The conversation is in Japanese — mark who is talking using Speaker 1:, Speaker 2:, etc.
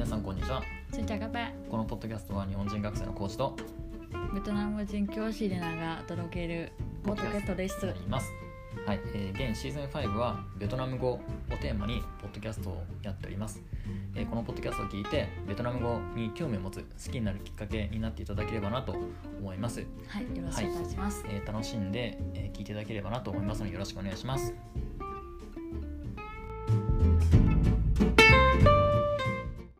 Speaker 1: は
Speaker 2: xin chào các bạn
Speaker 1: このポッドキャストは日本人学生のコーチと
Speaker 2: ベトナム人教師レナが届けるポッドキャストです
Speaker 1: になりますはい、えー現シーズン5はベトナム語をテーマにポッドキャストをやっております、えーこのポッドキャストを聞いてベトナム語に興味を持つ好きになるきっかけになっていただければなと思います、
Speaker 2: はいよろしくお願いします、
Speaker 1: えー楽しんで、えー聞いていただければなと思いますのでよろしくお願いします